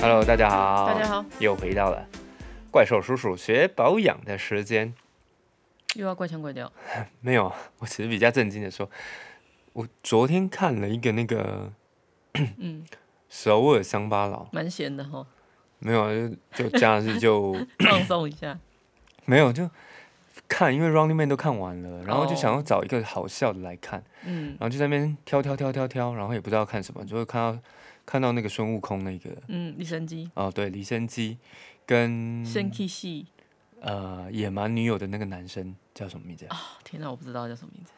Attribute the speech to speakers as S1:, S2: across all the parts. S1: 大家好，
S2: 大家好，
S1: 又回到了怪兽叔叔学保养的时间。
S2: 又要怪腔怪调，
S1: 没有， 我只是比较震惊的说，我昨天看了一个那个
S2: 嗯，
S1: 首尔乡巴佬，
S2: 蛮闲的 哈，
S1: 没有，就就假 日就
S2: 放松一下。
S1: 没有就看，因为 Running Man 都看完了，然后就
S2: 哦
S1: 想要找一个好笑的来看，
S2: 嗯
S1: 然后就在那边挑挑挑挑挑，然后也不知道看什么，就会看到看到那个孙悟空那个
S2: 嗯，李神机，
S1: 哦，对，离生机跟
S2: 生气系，
S1: 呃野蛮女友的那个男生叫什么名字、啊？
S2: 哦天哪，我不知道叫什么名字，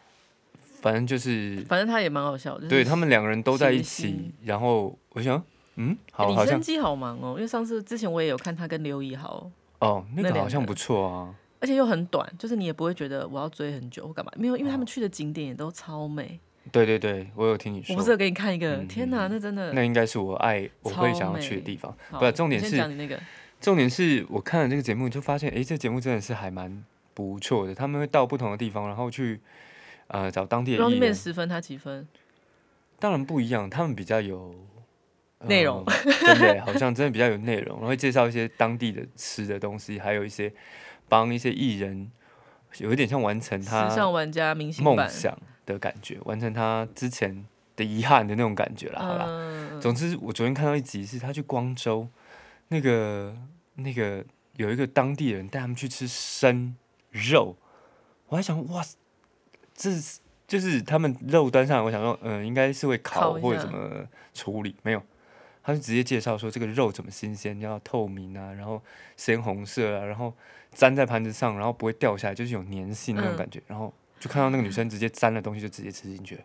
S1: 反正就是
S2: 反正他也蛮好笑的。就是
S1: 嗯对他们两个人都在一
S2: 谐
S1: 起
S2: 星，
S1: 然后我想，嗯，好，好
S2: 李
S1: 像
S2: 哎生机好忙哦，因为上次之前我也有看他跟刘以豪，
S1: 哦，那
S2: 那
S1: 个好
S2: 两
S1: 像
S2: 个
S1: 不错啊。
S2: 而且又很短，就是你也不会觉得我要追很久或干嘛，没有，
S1: 哦
S2: 因为他们去的景点也都超美。
S1: 对对对，我有听你
S2: 我
S1: 说
S2: 不，是有给你看一个，
S1: 嗯
S2: 天哪，那真的
S1: 那应该是我爱我会想要去的地方。
S2: 好
S1: 不，重点
S2: 你
S1: 是
S2: 先讲你那个，
S1: 重点是我看了这个节目，就发现，诶，这节目真的是还蛮不错的。他们会到不同的地方，然后去呃找当地的
S2: Running
S1: 艺
S2: Man
S1: 人，
S2: 十分，他几分？
S1: 当然不一样，他们比较有。呃
S2: 内容
S1: 真的耶 好像真的比较有内容，然后会介绍一些当地的吃的东西，还有一些帮一些艺人，有一点像完成
S2: 时
S1: 他
S2: 尚玩家明星
S1: 梦
S2: 版，
S1: 想的感觉，完成他之前的遗憾的那种感觉啦。好啦，
S2: 嗯，
S1: 总之我昨天看到一集是他去光州，那个那个有一个当地人带他们去吃生肉，我还想哇，这是就是他们肉端上来，我想说嗯、呃应该是会烤
S2: 烤一下
S1: 或者怎么处理，没有。他就直接介绍说这个肉怎么新鲜，要透明啊，然后鲜红色啊，然后粘在盘子上，然后不会掉下来，就是有粘性那种
S2: 嗯
S1: 感觉。然后就看到那个女生直接沾了东西就直接吃进去了，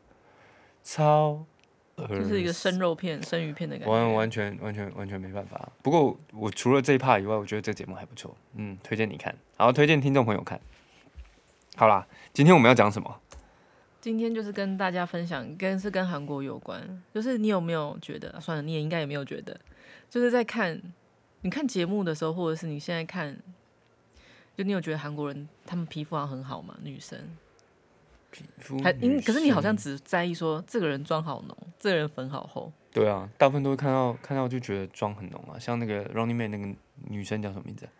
S1: 超
S2: 就是一个
S1: 恶
S2: 生肉片、生鱼片的感觉。
S1: 完完全完全完全没办法。不过我除了这一 part 以外，我觉得这节目还不错，嗯，推荐你看，然后推荐听众朋友看。好啦，今天我们要讲什么？
S2: 今天就是跟大家分享，跟是跟韩国有关，就是你有没有觉得？啊算了，你也应该也没有觉得，就是在看你看节目的时候，或者是你现在看，就你有觉得韩国人他们皮肤好像很好吗？女生
S1: 皮肤
S2: 还
S1: 嗯女
S2: 你，嗯可是你好像
S1: 性
S2: 只在意说这个人妆好浓，这个人粉好厚，
S1: 对啊，大部分都会看到看到就觉得妆很浓啊，像那个 Running Man 那个女生叫什么名字啊？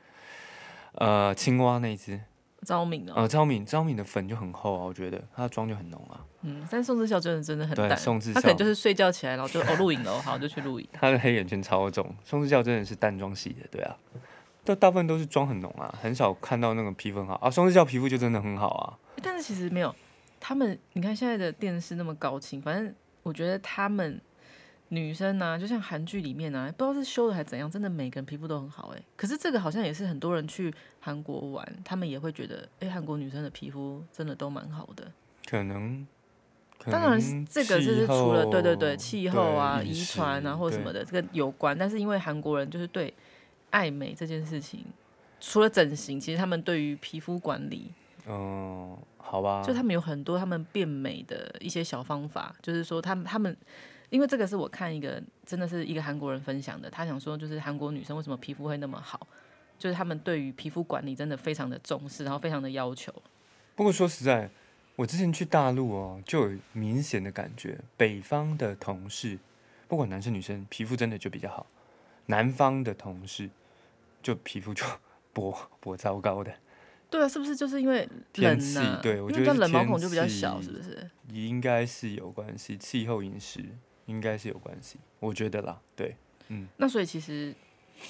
S1: 呃，青蛙那一只，
S2: 昭敏哦，
S1: 呃，张敏，张敏的粉就很厚啊，我觉得她的妆就很浓啊，
S2: 嗯，但宋智孝真的真的很
S1: 对
S2: 淡，
S1: 宋智孝
S2: 他可能就是睡觉起来，然后就哦录影了，哦好就去录影，
S1: 她的黑眼圈超重，宋智孝真的是淡妆系的，对啊，但大部分都是妆很浓啊，很少看到那种皮肤很好啊，宋智孝皮肤就真的很好啊，
S2: 欸但是其实没有，他们你看现在的电视那么高清，反正我觉得他们女生啊呢、就像韩剧里面啊，不知道是修的还怎样，真的每个人皮肤都很好哎、可是这个好像也是很多人去韩国玩，他们也会觉得，哎、韩国女生的皮肤真的都蛮好的。
S1: 可能，可
S2: 当然是
S1: 能
S2: 这个就是
S1: 嗯气
S2: 除了对对对
S1: 候
S2: 气候啊、
S1: 对
S2: 遗传啊或什么
S1: 的，
S2: 的这个有关，但是因为韩国人就是对爱美这件事情，除了整形，其实他们对于皮肤管理
S1: 嗯、好吧，
S2: 就他们有很多他们变美的一些小方法，就是说他们他们，因为这个是我看一个真的是一个韩国人分享的，他想说就是韩国女生为什么皮肤会那么好，就是他们对于皮肤管理真的非常的重视，然后非常的要求。
S1: 不过说实在，我之前去大陆哦，就有明显的感觉，北方的同事，不管男生女生，皮肤真的就比较好；南方的同事，就皮肤就薄薄糟糕的，
S2: 对啊，是不是就是因为
S1: 天
S2: 冷
S1: 气
S2: 呐、啊？
S1: 对我
S2: 因
S1: 觉得
S2: 为叫
S1: 是
S2: 冷毛
S1: 天
S2: 孔就比较小，
S1: 气
S2: 是不是？
S1: 应该是有关系，气候饮食应该是有关系，我觉得啦，对。
S2: 那所以其实，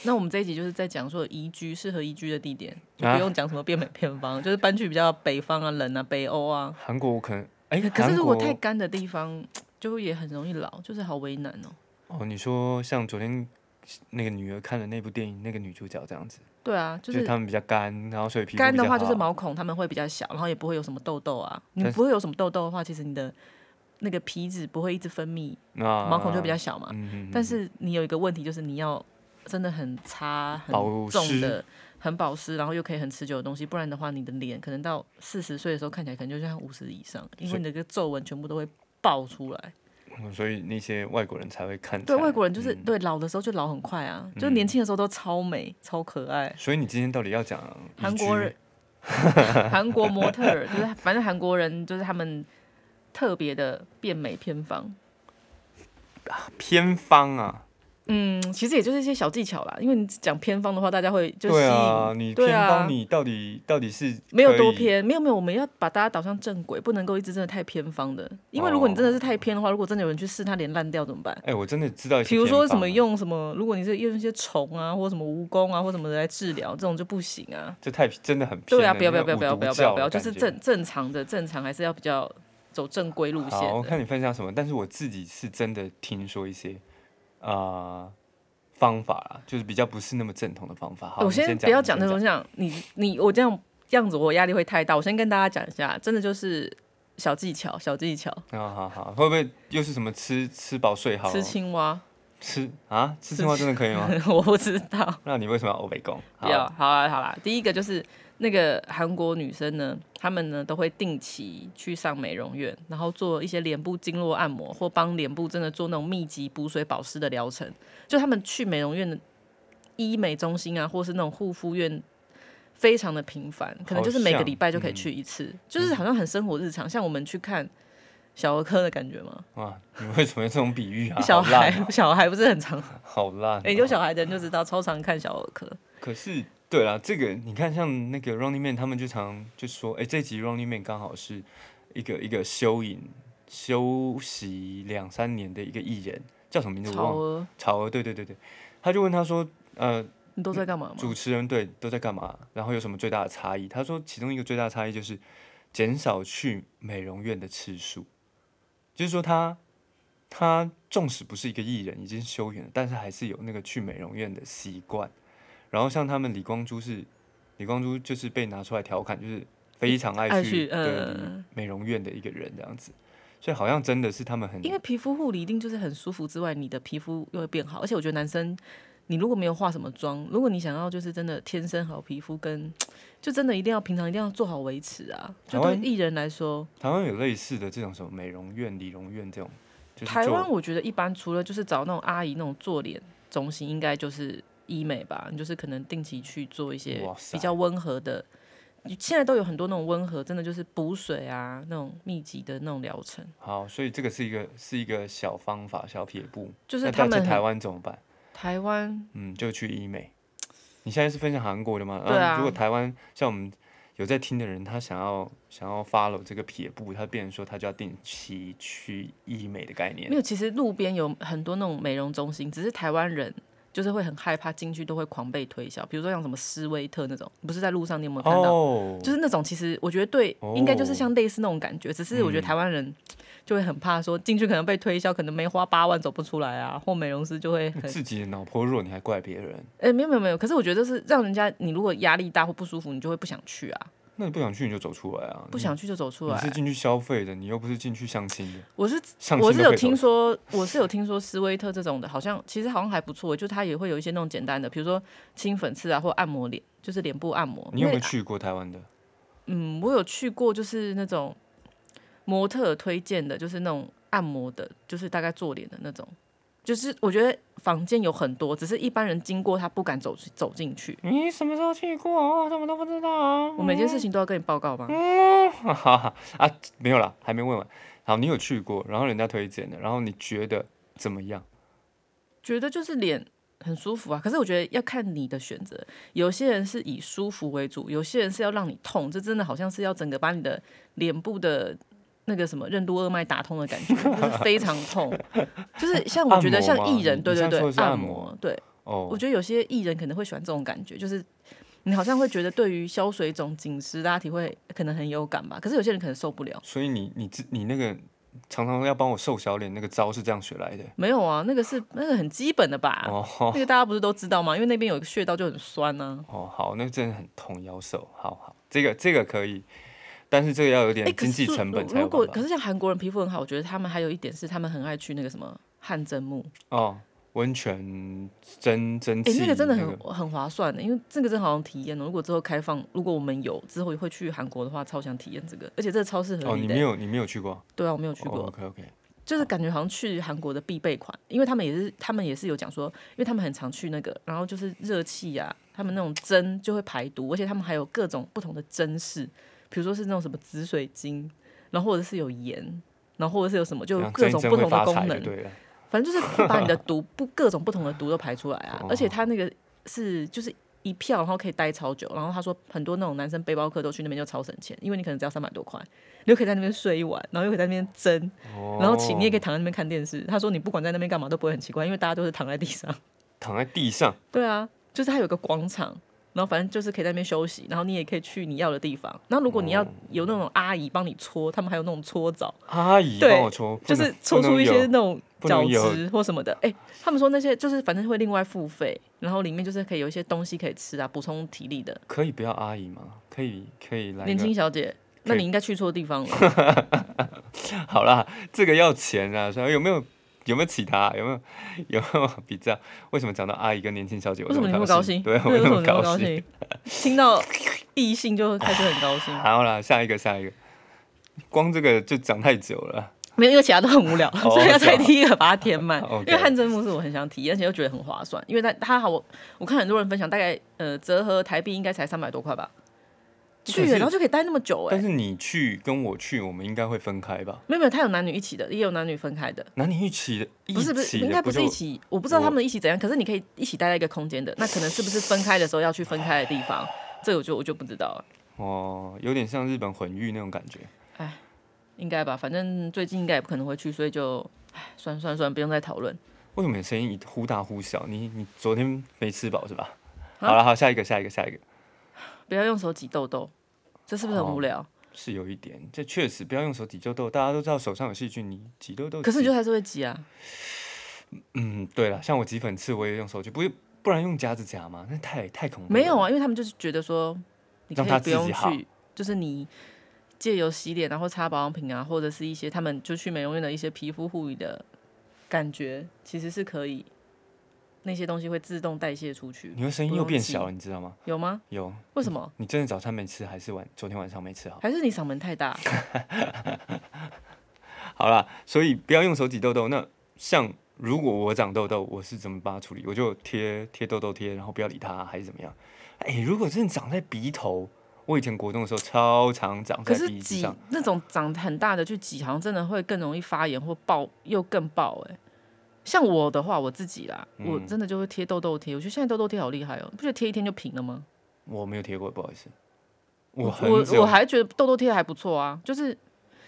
S2: 那我们这一集就是在讲说宜居适合宜居的地点，就
S1: 啊
S2: 不用讲什么变美偏方，就是搬去比较北方啊、冷啊、北欧啊。
S1: 韩国我可能，哎、
S2: 可
S1: 韩
S2: 可是如果
S1: 国
S2: 太干的地方，就也很容易老，就是好为难哦。
S1: 哦，你说像昨天那个女儿看的那部电影，那个女主角这样子，
S2: 对啊，
S1: 就
S2: 就是是
S1: 他们比较干，然后所以皮肤
S2: 干的
S1: 比较
S2: 话就是
S1: 好啊
S2: 毛孔他们会比较小，然后也不会有什么痘痘啊。你
S1: 但
S2: 不会有什么痘痘的话，其实你的那个皮脂不会一直分泌，
S1: 啊
S2: 毛孔就比较小嘛。
S1: 嗯嗯嗯
S2: 但是你有一个问题就是你要真的很擦很
S1: 保
S2: 重
S1: 湿
S2: 的、很保湿，然后又可以很持久的东西，不然的话你的脸可能到四十岁的时候看起来可能就像五十以上，因
S1: 所
S2: 为
S1: 以
S2: 你的这个皱纹全部都会爆出来。
S1: 嗯所以那些外国人才会看起
S2: 对
S1: 来。
S2: 外国人就是、
S1: 嗯
S2: 对老的时候就老很快啊，就是年轻的时候都超美、超可爱。
S1: 所以你今天到底要讲宜
S2: 韩国
S1: 居
S2: 人，韩国模特儿就是反正韩国人就是他们特别的变美偏方。
S1: 偏方啊？
S2: 嗯，其实也就是一些小技巧啦，因为你讲偏方的话，大家会就吸
S1: 对
S2: 引，
S1: 啊，你
S2: 对
S1: 偏
S2: 啊
S1: 方你到底、到底是
S2: 没有
S1: 可
S2: 多
S1: 以，
S2: 偏，没有没有，我们要把大家导向正轨，不能够一直真的太偏方的，因为如果你真的是太偏的话，如果真的有人去试，它连烂掉怎么办？
S1: 哎、我真的知道一些
S2: 比如
S1: 偏
S2: 说什
S1: 方
S2: 么
S1: 啊，
S2: 用什么，如果你是用一些虫啊，或什么蜈蚣啊，或什么的来治疗，这种就不行啊。
S1: 这太真的很偏
S2: 对啊，
S1: 了
S2: 不要
S1: 那
S2: 不要不
S1: 个
S2: 要不要
S1: 五
S2: 不
S1: 毒
S2: 要不
S1: 教
S2: 要
S1: 的
S2: 不要，就
S1: 感
S2: 是
S1: 觉
S2: 正正常的正常还是要比较走正规路线
S1: 好，
S2: 的。
S1: 看你分享什么，但是我自己是真的听说一些啊、呃方法啦，就是比较不是那么正统的方法。好，
S2: 哎我
S1: 你先
S2: 不要
S1: 你
S2: 讲那
S1: 先
S2: 种像你你我这样这样子，我压力会太大。我先跟大家讲一下，真的就是小技巧，小技巧，
S1: 啊，好好，会不会又是什么吃吃饱睡好？
S2: 吃青蛙，
S1: 吃啊，吃青蛙真的可以吗？
S2: 我不知道，
S1: 那你为什么要欧北 贡？
S2: 不要，好啦好啦。第一个就是那个韩国女生呢，她们呢都会定期去上美容院，然后做一些脸部经络按摩，或帮脸部真的做那种密集补水保湿的疗程。就她们去美容院的医美中心啊，或是那种护肤院。非常的频繁，可能就是每个礼拜就
S1: 嗯
S2: 可以去一次，就是好像很生活日常，像我们去看小儿科的感觉嘛。
S1: 哇，你为什么用这种比喻啊？
S2: 小
S1: 好烂
S2: 孩
S1: 啊，
S2: 小孩不是很常，
S1: 好烂、啊
S2: 哎、有小孩的人就知道，超常看小儿科。
S1: 可是，对啦，这个你看，像那个 Running Man，他们就常就说，哎、这集 Running Man 刚好是一个一个休影休息两三年的一个艺人，叫什么名字我
S2: 超
S1: 忘了，
S2: 儿，
S1: 曹娥，对对对对，他就问他说，呃，
S2: 你都在干嘛吗？
S1: 主持人对都在干嘛？然后有什么最大的差异？他说，其中一个最大的差异就是减少去美容院的次数，就是说他他纵使不是一个艺人，已经休演了，但是还是有那个去美容院的习惯。然后像他们李光洙是李光洙，就是被拿出来调侃，就是非常爱
S2: 爱
S1: 去
S2: 去
S1: 的
S2: 呃
S1: 美容院的一个人这样子，所以好像真的是他们很
S2: 因为皮肤护理一定就是很舒服之外，你的皮肤又会变好。而且我觉得男生，你如果没有化什么妆，如果你想要就是真的天生好皮肤，跟就真的一定要平常一定要做好维持啊。
S1: 台
S2: 就对
S1: 湾
S2: 艺人来说，
S1: 台湾有类似的这种什么美容院、理容院这种，就是
S2: 台
S1: 做
S2: 湾我觉得一般除了就是找那种阿姨那种做脸中心，应该就是医美吧，你就是可能定期去做一些
S1: 哇塞
S2: 比较温和的。现在都有很多那种温和，真的就是补水啊，那种密集的那种疗程，
S1: 好，所以这个是一个是一个小方法、小撇步。
S2: 就是
S1: 那
S2: 他
S1: 但在
S2: 们
S1: 台
S2: 很
S1: 湾怎么办？
S2: 台湾
S1: 嗯，就去医美。你现在是分享韩国的吗？
S2: 对啊
S1: 如果台湾像我们有在听的人，他想要想要 follow 这个撇步，他变成说他就要定期去医美的概念
S2: 没。有，其实路边有很多那种美容中心，只是台湾人就是会很害怕进去，都会狂被推销。比如说像什么斯威特那种，不是在路上你有没有看到？
S1: 哦，
S2: 就是那种，其实我觉得对，应该就是像类似那种感觉，只是我觉得
S1: 嗯
S2: 台湾人就会很怕说进去可能被推销，可能没花八万走不出来啊，或美容师就会很
S1: 你自己的脑波弱，你还怪别人？
S2: 哎、没有没有没有，可是我觉得是让人家你如果压力大或不舒服，你就会不想去啊，
S1: 那你不想去你就走出来啊！
S2: 不想去就走出
S1: 你
S2: 来
S1: 是
S2: 啊。
S1: 进去消费的，你又不是进去相亲的。
S2: 我是
S1: 相
S2: 我
S1: 亲都
S2: 是有
S1: 可以走
S2: 听说，我是有听说斯威特这种的，好像其实好像还不错，就它也会有一些那种简单的，比如说清粉刺啊，或按摩脸，就是脸部按摩。
S1: 你有没有
S2: 因为
S1: 去过台湾的？
S2: 嗯，我有去过，就是那种模特推荐的，就是那种按摩的，就是大概做脸的那种。就是我觉得房间有很多，只是一般人经过他不敢走走进去。
S1: 你什么时候去过啊？什么都不知道啊！
S2: 我每件事情都要跟你报告吗？
S1: 嗯，哈哈啊，没有啦，还没问完。好，你有去过，然后人家推荐的，然后你觉得怎么样？
S2: 觉得就是脸很舒服啊。可是我觉得要看你的选择，有些人是以舒服为主，有些人是要让你痛，这真的好像是要整个把你的脸部的。那个什么任督二脉打通的感觉，就是非常痛，就是像我觉得像
S1: 按摩吗
S2: 艺人，
S1: 你
S2: 对
S1: 你这样
S2: 对
S1: 说
S2: 对
S1: 的，是
S2: 按
S1: 按摩
S2: 摩，对
S1: 哦
S2: 我，觉得有些艺人可能会喜欢这种感觉，就是你好像会觉得对于消水肿、紧实，大家体会可能很有感吧。可是有些人可能受不了，
S1: 所以你你自你那个常常要帮我瘦小脸那个招是这样学来的
S2: 没有啊，那个是那个很基本的吧，
S1: 哦。
S2: 那个大家不是都知道吗？因为那边有一个穴道就很酸啊呢、
S1: 哦，好，那真的很痛，腰瘦，好好，这个这个可以，但是这个要有
S2: 哎
S1: 点
S2: 可
S1: 经
S2: 是
S1: 济
S2: 如
S1: 成本
S2: 如
S1: 才有
S2: 如果
S1: 办法
S2: 可是像韩国人皮肤很好，我觉得他们还有一点是他们很爱去那个什么汗蒸木，
S1: 哦。温泉蒸蒸
S2: 哎、
S1: 汽，
S2: 那个真的很、很划算的，因为这个真的好像体验哦。如果之后开放，如果我们有之后会去韩国的话，超想体验这个，而且这个超适合
S1: 哦，
S2: 你
S1: 你
S2: 的
S1: 没
S2: 欸。
S1: 有哦你没有去过，
S2: 对啊，我没有去过，
S1: OK OK，
S2: 就是感觉好像去韩国的必备款，因为他们也是他们也是有讲说，因为他们很常去那个，然后就是热气啊，他们那种针就会排毒，而且他们还有各种不同的针式，比如说是那种什么紫水晶，然后或者是有盐，然后或者是有什么就
S1: 这
S2: 有
S1: 样
S2: 各
S1: 蒸一
S2: 种
S1: 蒸
S2: 不
S1: 会
S2: 同的
S1: 发
S2: 功
S1: 财就
S2: 能。
S1: 对了。
S2: 反正就是会把你的毒不各种不同的毒都排出来啊
S1: 哦。
S2: 而且他那个是就是一票，然后可以待超久。然后他说很多那种男生背包客都去那边就超省钱，因为你可能只要三百多块，你就可以在那边睡一晚，然后又可以在那边蒸，
S1: 哦
S2: 然后起你也可以躺在那边看电视。他说你不管在那边干嘛都不会很奇怪，因为大家都是躺在地上。
S1: 躺在地上，
S2: 对啊，就是它有个广场，然后反正就是可以在那边休息，然后你也可以去你要的地方。然后如果你要
S1: 哦
S2: 有那种阿姨帮你搓，他们还有那种搓澡，
S1: 阿姨
S2: 对
S1: 帮我搓，不
S2: 就
S1: 能
S2: 是搓出一些那种
S1: 不能
S2: 角
S1: 有
S2: 质或什么的。哎、他们说那些就是反正会另外付费，然后里面就是可以有一些东西可以吃啊，补充体力的。
S1: 可以不要阿姨吗？可以可以来一
S2: 年
S1: 个
S2: 轻小姐，那你应该去错地方了。
S1: 好啦，这个要钱啊！说有没有有没有其他有没 有有没有比较？为什么讲到阿姨跟年轻小姐，我
S2: 为什么你
S1: 这
S2: 那么
S1: 高
S2: 高兴？
S1: 对，我
S2: 为什
S1: 那
S2: 么
S1: 么
S2: 你那
S1: 高
S2: 么高
S1: 兴。
S2: 兴？听到异性就开始很 高兴，
S1: 好啦，下一个下一个，光这个就讲太久了。
S2: 没有，因为其他都很无聊， 所以要在第一个把它 填满
S1: 哦啊 OK。
S2: 因为汗蒸木是我很想体验，而且又觉得很划算，因为它它好，我我看很多人分享，大概呃折合台币应该才三百多块吧，去
S1: 可是
S2: 了然后就可以待那么久哎、
S1: 但是你去跟我去，我们应该会分开吧？
S2: 没有没有，它有男女一起的，也有男女分开的，
S1: 男女一起的，一
S2: 不是不是，
S1: 起
S2: 应
S1: 的
S2: 该不
S1: 不
S2: 是
S1: 就
S2: 一起，我不知道他们一起怎样，可是你可以一起待在一个空间的，那可能是不是分开的时候要去分开的地方，这个我就我就不知道了，
S1: 哦，有点像日本混浴那种感觉。
S2: 应该吧，反正最近应该也不可能会去，所以就唉，算了算了算了，不用再讨论。
S1: 为什么你声音忽大忽小？你你昨天没吃饱是吧？
S2: 啊
S1: 好了，好，下一个，下一个，下一个
S2: 不要用手挤痘痘，这是不
S1: 哦
S2: 是很无聊？
S1: 是有一点，这确实不要用手挤痘痘，大家都知道手上有细菌，你挤痘痘。
S2: 可是你就还是会挤啊。
S1: 嗯，对了，像我挤粉刺，我也用手机，不不然用夹子夹嘛，那太太恐怖。
S2: 没有，啊，因为他们就是觉得说，你可
S1: 让他
S2: 以
S1: 自
S2: 不
S1: 己
S2: 用
S1: 好
S2: 去，就是你借由洗脸，然后擦保养品啊，或者是一些他们就去美容院的一些皮肤护理的感觉，其实是可以，那些东西会自动代谢出去。
S1: 你的声音
S2: 不
S1: 又
S2: 用
S1: 变
S2: 挤
S1: 小了，你知道吗？
S2: 有吗？
S1: 有，
S2: 为什么？
S1: 你真的早餐没吃，还是晚昨天晚上没吃好？
S2: 还是你嗓门太大？
S1: 好啦，所以不要用手挤痘痘。那像如果我长痘痘，我是怎么把它处理？我就贴贴痘痘贴，然后不要理它，还是怎么样？哎、如果真的长在鼻头，我以前国中的时候超常长
S2: 可
S1: 在
S2: 是
S1: 鼻子
S2: 挤
S1: 上，
S2: 那种长得很大的去挤，好像真的会更容易发炎或爆，又更爆哎、像我的话，我自己啦，我
S1: 嗯
S2: 真的就会贴痘痘贴。我觉得现在痘痘贴好厉害哦、不觉得贴一天就平了吗？
S1: 我没有贴过，不好意思。我
S2: 我
S1: 很
S2: 我我
S1: 久
S2: 还觉得痘痘贴还不错啊，就是，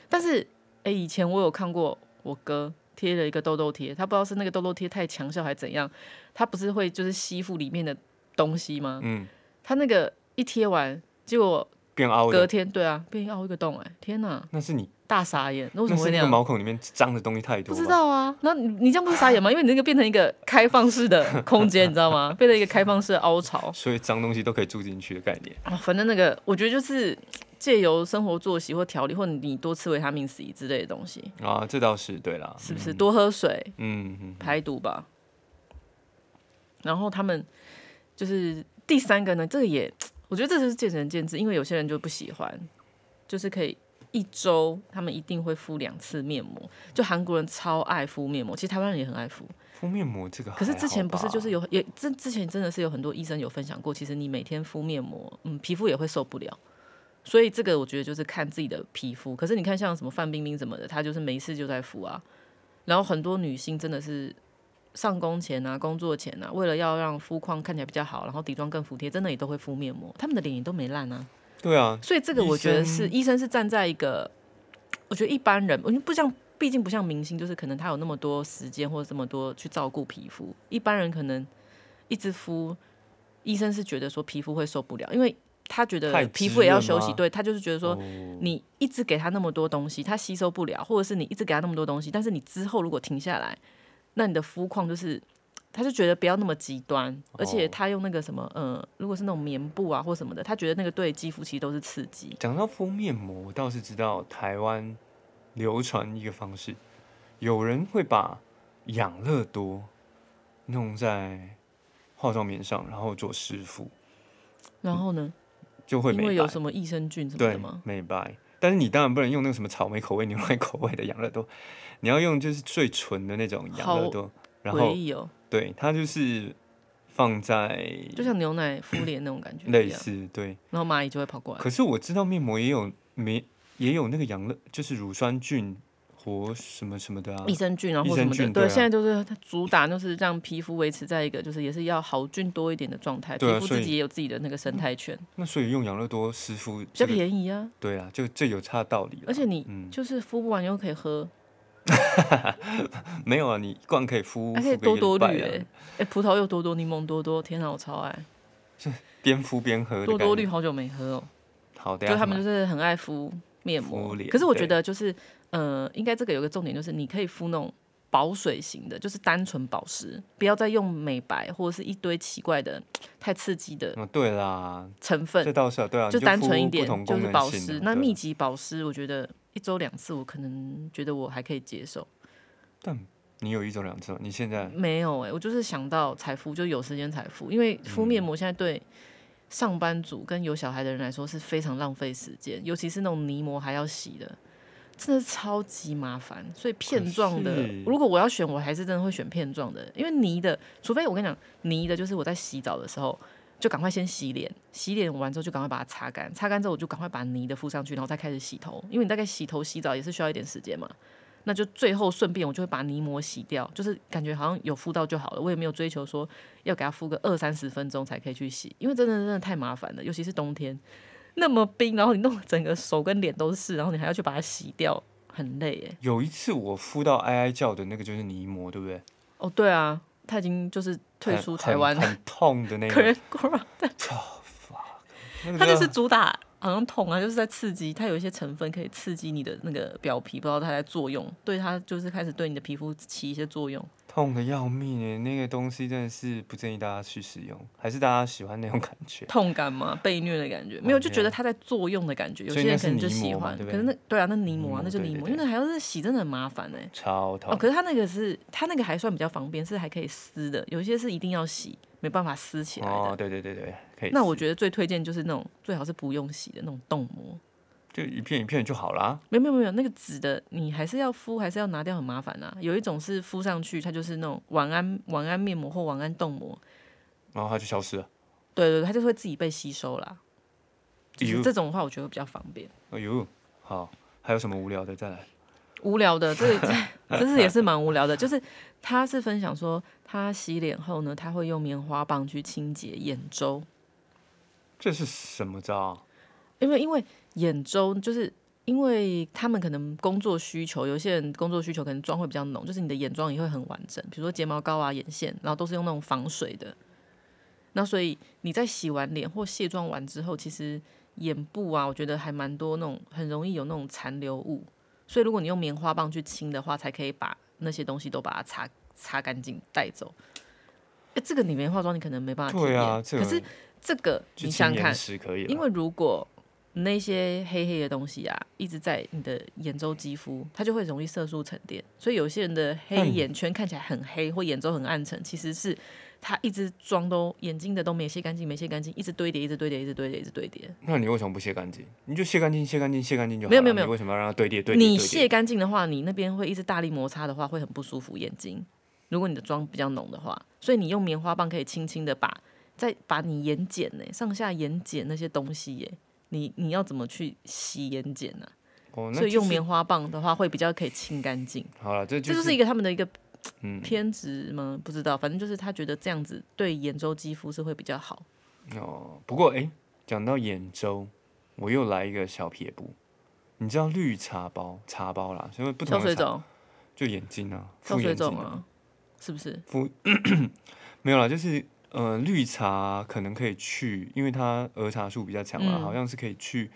S2: 但是哎、以前我有看过我哥贴了一个痘痘贴，他不知道是那个痘痘贴太强效还怎样，他不是会就是吸附里面的东西吗？
S1: 嗯
S2: 他那个一贴完，结果
S1: 变凹
S2: 隔
S1: 的，
S2: 天对啊，变凹一个洞、哎，天哪，
S1: 那是你
S2: 大傻眼，那为什
S1: 那是
S2: 么会
S1: 那个
S2: 那样？
S1: 毛孔里面脏的东西太
S2: 不
S1: 多
S2: 知
S1: 吧？
S2: 道啊，那你你这样不是傻眼吗？因为你那个变成一个开放式的空间，你知道吗？变成一个开放式的凹槽。
S1: 所以脏东西都可以住进去的概念。
S2: 啊，反正那个我觉得就是借由生活作息或调理，或者你多吃维他命 C 之类的东西，
S1: 啊，这倒是对啦，
S2: 是不是？多喝水
S1: 嗯嗯，
S2: 排毒吧。然后他们就是第三个呢，这个也我觉得这就是见仁见智，因为有些人就不喜欢，就是可以。一周他们一定会敷两次面膜，就韩国人超爱敷面膜，其实台湾人也很爱敷。
S1: 敷面膜这个还好
S2: 可
S1: 吧，
S2: 是之前不是就是有也之之前真的是有很多医生有分享过，其实你每天敷面膜，嗯，皮肤也会受不了。所以这个我觉得就是看自己的皮肤。可是你看像什么范冰冰什么的，她就是没事就在敷啊。然后很多女星真的是上工前啊、工作前啊，为了要让肤况看起来比较好，然后底妆更服帖，真的也都会敷面膜，她们的脸也都没烂啊。
S1: 对啊，
S2: 所以这个我觉得是医生是站在一个，我觉得一般人，我觉得不像，毕竟不像明星，就是可能他有那么多时间或者这么多去照顾皮肤，一般人可能一直敷，医生是觉得说皮肤会受不了，因为他觉
S1: 太
S2: 得
S1: 滋
S2: 皮肤也要
S1: 润
S2: 休息，
S1: 吗
S2: 对他就是觉得说。
S1: 哦
S2: 你一直给他那么多东西，他吸收不了，或者是你一直给他那么多东西，但是你之后如果停下来，那你的肤况就是，他就觉得不要那么极端，而且
S1: 哦
S2: 他用那个什么，呃，如果是那种棉布啊或什么的，他觉得那个对肌肤其实都是刺激。
S1: 讲到敷面膜，我倒是知道台湾流传一个方式，有人会把养乐多弄在化妆棉上，然后做湿敷，
S2: 然后呢，
S1: 就嗯会
S2: 因
S1: 美白。
S2: 为有什么益生菌什么
S1: 对
S2: 的吗？
S1: 美白。但是你当然不能用那个什么草莓口味、牛奶口味的养乐多，你要用就是最纯的那种养乐
S2: 好
S1: 多，然
S2: 回
S1: 后
S2: 忆哦，
S1: 对它就是放在
S2: 就像牛奶敷脸那种感觉一
S1: 类
S2: 样，
S1: 似对，
S2: 然后蚂蚁就会跑过来。
S1: 可是我知道面膜也有没也有那个养乐，就是乳酸菌活什么什么的啊
S2: 益，生菌啊，或
S1: 益
S2: 什
S1: 生
S2: 么的，
S1: 菌
S2: 对，
S1: 对啊
S2: 现在就是它主打就是让皮肤维持在一个就是也是要好菌多一点的状态，
S1: 对啊
S2: 皮肤
S1: 所以
S2: 自己也有自己的那个生态圈，
S1: 那所以用养乐多湿敷
S2: 比较
S1: 这个，
S2: 便宜啊，
S1: 对啊，就这有差道理啦。
S2: 而且你
S1: 嗯，
S2: 就是敷不完又可以喝，
S1: 没有啊，你一罐可以敷，
S2: 还可以
S1: 敷个一
S2: 多
S1: 个
S2: 多
S1: 礼拜
S2: 绿
S1: 啊
S2: 哎、欸，哎葡萄柚多多，柠檬多多，天啊，我超爱
S1: 边敷边喝的
S2: 多
S1: 概
S2: 多绿，
S1: 念。
S2: 好久没喝哦、
S1: 好的
S2: 就
S1: 呀，
S2: 他们就是是很爱敷面
S1: 敷
S2: 膜
S1: 脸，
S2: 可是我觉
S1: 对
S2: 得就是呃，应该这个有个重点就是你可以敷那种保水型的，就是单纯保湿，不要再用美白或者是一堆奇怪的太刺激的
S1: 嗯，对啦，
S2: 成
S1: 这
S2: 分，
S1: 倒是啊，对啊，
S2: 就
S1: 你
S2: 单纯
S1: 敷
S2: 一
S1: 不同
S2: 点就
S1: 功
S2: 是
S1: 能
S2: 保
S1: 性的啊
S2: 湿。那
S1: 对
S2: 密集保湿，我觉得一周两次，我可能觉得我还可以接受。
S1: 但你有一周两次吗，你现在
S2: 没有哎、我就是想到才敷，就有时间才敷，因为敷面膜现在对上班族跟有小孩的人来说是非常浪费时间，尤其是那种泥膜还要洗的，真的超级麻烦。所以片状的
S1: 可是，
S2: 如果我要选，我还是真的会选片状的，因为泥的，除非我跟你讲，泥的就是我在洗澡的时候。就赶快先洗脸，洗脸完之后就赶快把它擦干，擦干之后我就赶快把泥的敷上去，然后再开始洗头，因为你大概洗头、洗澡也是需要一点时间嘛。那就最后顺便我就会把泥膜洗掉，就是感觉好像有敷到就好了，我也没有追求说要给它敷个二三十分钟才可以去洗，因为真的真的太麻烦了，尤其是冬天那么冰，然后你弄得整个手跟脸都是，然后你还要去把它洗掉，很累耶。
S1: 有一次我敷到哀哀叫的那个就是泥膜，对不对？
S2: 哦，对啊，他已经就是退
S1: 很
S2: 出
S1: 很
S2: 台湾了，
S1: 很痛的那
S2: 可
S1: 个
S2: 人果然
S1: 那个
S2: 它
S1: 真
S2: 就
S1: 的
S2: 是主打好像痛啊，就是在刺激，它有一些成分可以刺激你的那个表皮，不知道它在作用，对它就是开始对你的皮肤起一些作用。
S1: 痛的要命耶，那个东西真的是不建议大家去使用，还是大家喜欢那种感觉。
S2: 痛感吗？被虐的感觉？没有，就觉得它在作用的感觉。有
S1: 所以
S2: 些人
S1: 那是
S2: 可能就
S1: 泥膜
S2: 喜
S1: 嘛
S2: 欢，
S1: 对不
S2: 可是
S1: 对
S2: 那对啊，那泥膜啊
S1: 泥，膜
S2: 那就
S1: 对
S2: 泥
S1: 对
S2: 膜，
S1: 对
S2: 因为那还要是洗，真的很麻烦哎、
S1: 超
S2: 哦，
S1: 痛，
S2: 可是它那个是它那个还算比较方便，是还可以撕的，有一些是一定要洗，没办法撕起来的。
S1: 哦，对对对对，可以撕。
S2: 那我觉得最推荐就是那种最好是不用洗的那种冻膜，
S1: 就一片一片就好啦。
S2: 没有没有没有那个纸的，你还是要敷，还是要拿掉，很麻烦啊。有一种是敷上去，它就是那种晚安晚安面膜或晚安冻膜，
S1: 然后它就消失了。
S2: 对对对，它就会自己被吸收啦。就
S1: 哎
S2: 是
S1: 呦，
S2: 这种的话，我觉得比较方便。
S1: 哎呦，好，还有什么无聊的再来？
S2: 无聊的，这这是也是蛮无聊的。就是他是分享说，他洗脸后呢，他会用棉花棒去清洁眼周，
S1: 这是什么招啊？
S2: 因为因为眼周就是因为他们可能工作需求，有些人工作需求可能妆会比较浓，就是你的眼妆也会很完整，比如说睫毛膏啊、眼线，然后都是用那种防水的。那所以你在洗完脸或卸妆完之后，其实眼部啊，我觉得还蛮多那种很容易有那种残留物，所以如果你用棉花棒去清的话，才可以把那些东西都把它擦擦干净带走。哎、这个你没化妆，你可能没办法体
S1: 对
S2: 验。
S1: 啊，这
S2: 可
S1: 个
S2: 是这个
S1: 去清
S2: 你想想
S1: 眼
S2: 看，
S1: 屎可以了，
S2: 因为如果那些黑黑的东西啊，一直在你的眼周肌肤，它就会容易色素沉淀。所以有些人的
S1: 那
S2: 黑
S1: 你
S2: 眼圈看起来很黑，或眼周很暗沉，其实是他一直妆都眼睛的都没卸干净，没卸干净，一直堆叠，一直堆叠，一直堆叠，一直堆叠。
S1: 那你为什么不卸干净？你就卸干净，卸干净，卸干净就好
S2: 没有
S1: 了
S2: 没有没有
S1: 你为什么要让它堆叠堆叠？
S2: 你
S1: 堆叠
S2: 卸干净的话，你那边会一直大力摩擦的话，会很不舒服眼睛。如果你的妆比较浓的话，所以你用棉花棒可以轻轻的把再把你眼睑呢、上下眼睑那些东西耶、你你要怎么去洗眼睑呢、
S1: 哦，那
S2: 所以
S1: 就
S2: 用
S1: 是
S2: 棉花棒的话会比较可以清干净。
S1: 好了，这
S2: 这就是是一个他们的一个
S1: 嗯
S2: 偏执吗？不知道，反正就是他觉得这样子对眼周肌肤是会比较好。
S1: 哦。不过哎，诶讲到眼周，我又来一个小撇步。你知道绿茶包茶包啦，因为不
S2: 消
S1: 同
S2: 水
S1: 的茶
S2: 肿，
S1: 就眼睛啊，
S2: 消
S1: 敷
S2: 水
S1: 眼睛
S2: 肿
S1: 啊，
S2: 啊，是不是？
S1: 没有啦，就是呃，绿茶可能可以去，因为它儿茶素比较强嘛，
S2: 嗯
S1: 好像是可以去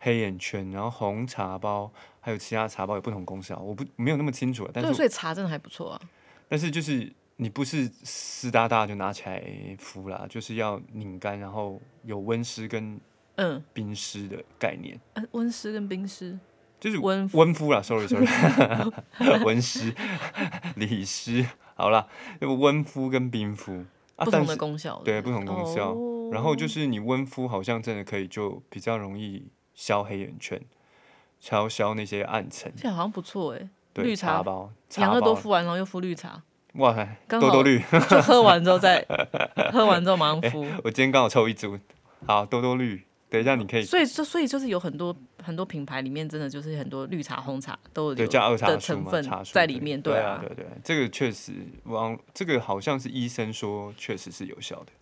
S1: 黑眼圈，然后红茶包还有其他茶包有不同功效，我不没有那么清楚了，啊但
S2: 对，
S1: 是
S2: 所以茶真的还不错啊。
S1: 但是就是你不是湿哒哒就拿起来敷啦，就是要拧干，然后有温湿跟
S2: 嗯，
S1: 冰湿的概念，
S2: 呃温湿跟冰湿，
S1: 就是
S2: 温
S1: 温敷啦，sorry sorry，温湿、理湿，好啦，就温敷跟冰敷啊，
S2: 不
S1: 但
S2: 同
S1: 是
S2: 的功效。
S1: 对不同功效
S2: 哦
S1: 然后就是你温敷好像真的可以就比较容易消黑眼圈，消消那些暗沉。
S2: 这好像不错哎。
S1: 对，
S2: 绿茶
S1: 包，
S2: 养
S1: 茶
S2: 乐多
S1: 包，
S2: 敷完，然后又敷绿茶，
S1: 哇塞，
S2: 刚
S1: 多
S2: 好
S1: 多绿，
S2: 就喝完之后再喝完之后马上敷。
S1: 哎我今天刚好抽一株，好，多多绿，等一下你可以
S2: 所以就所以就是有很多很多品牌里面真的就是很多绿茶、红茶都有
S1: 对加二茶
S2: 的
S1: 树
S2: 成
S1: 嘛，
S2: 分
S1: 茶树
S2: 在
S1: 对
S2: 里面，
S1: 对
S2: 啊，
S1: 对对，这个确实，往这个好像是医生说确实是有效的。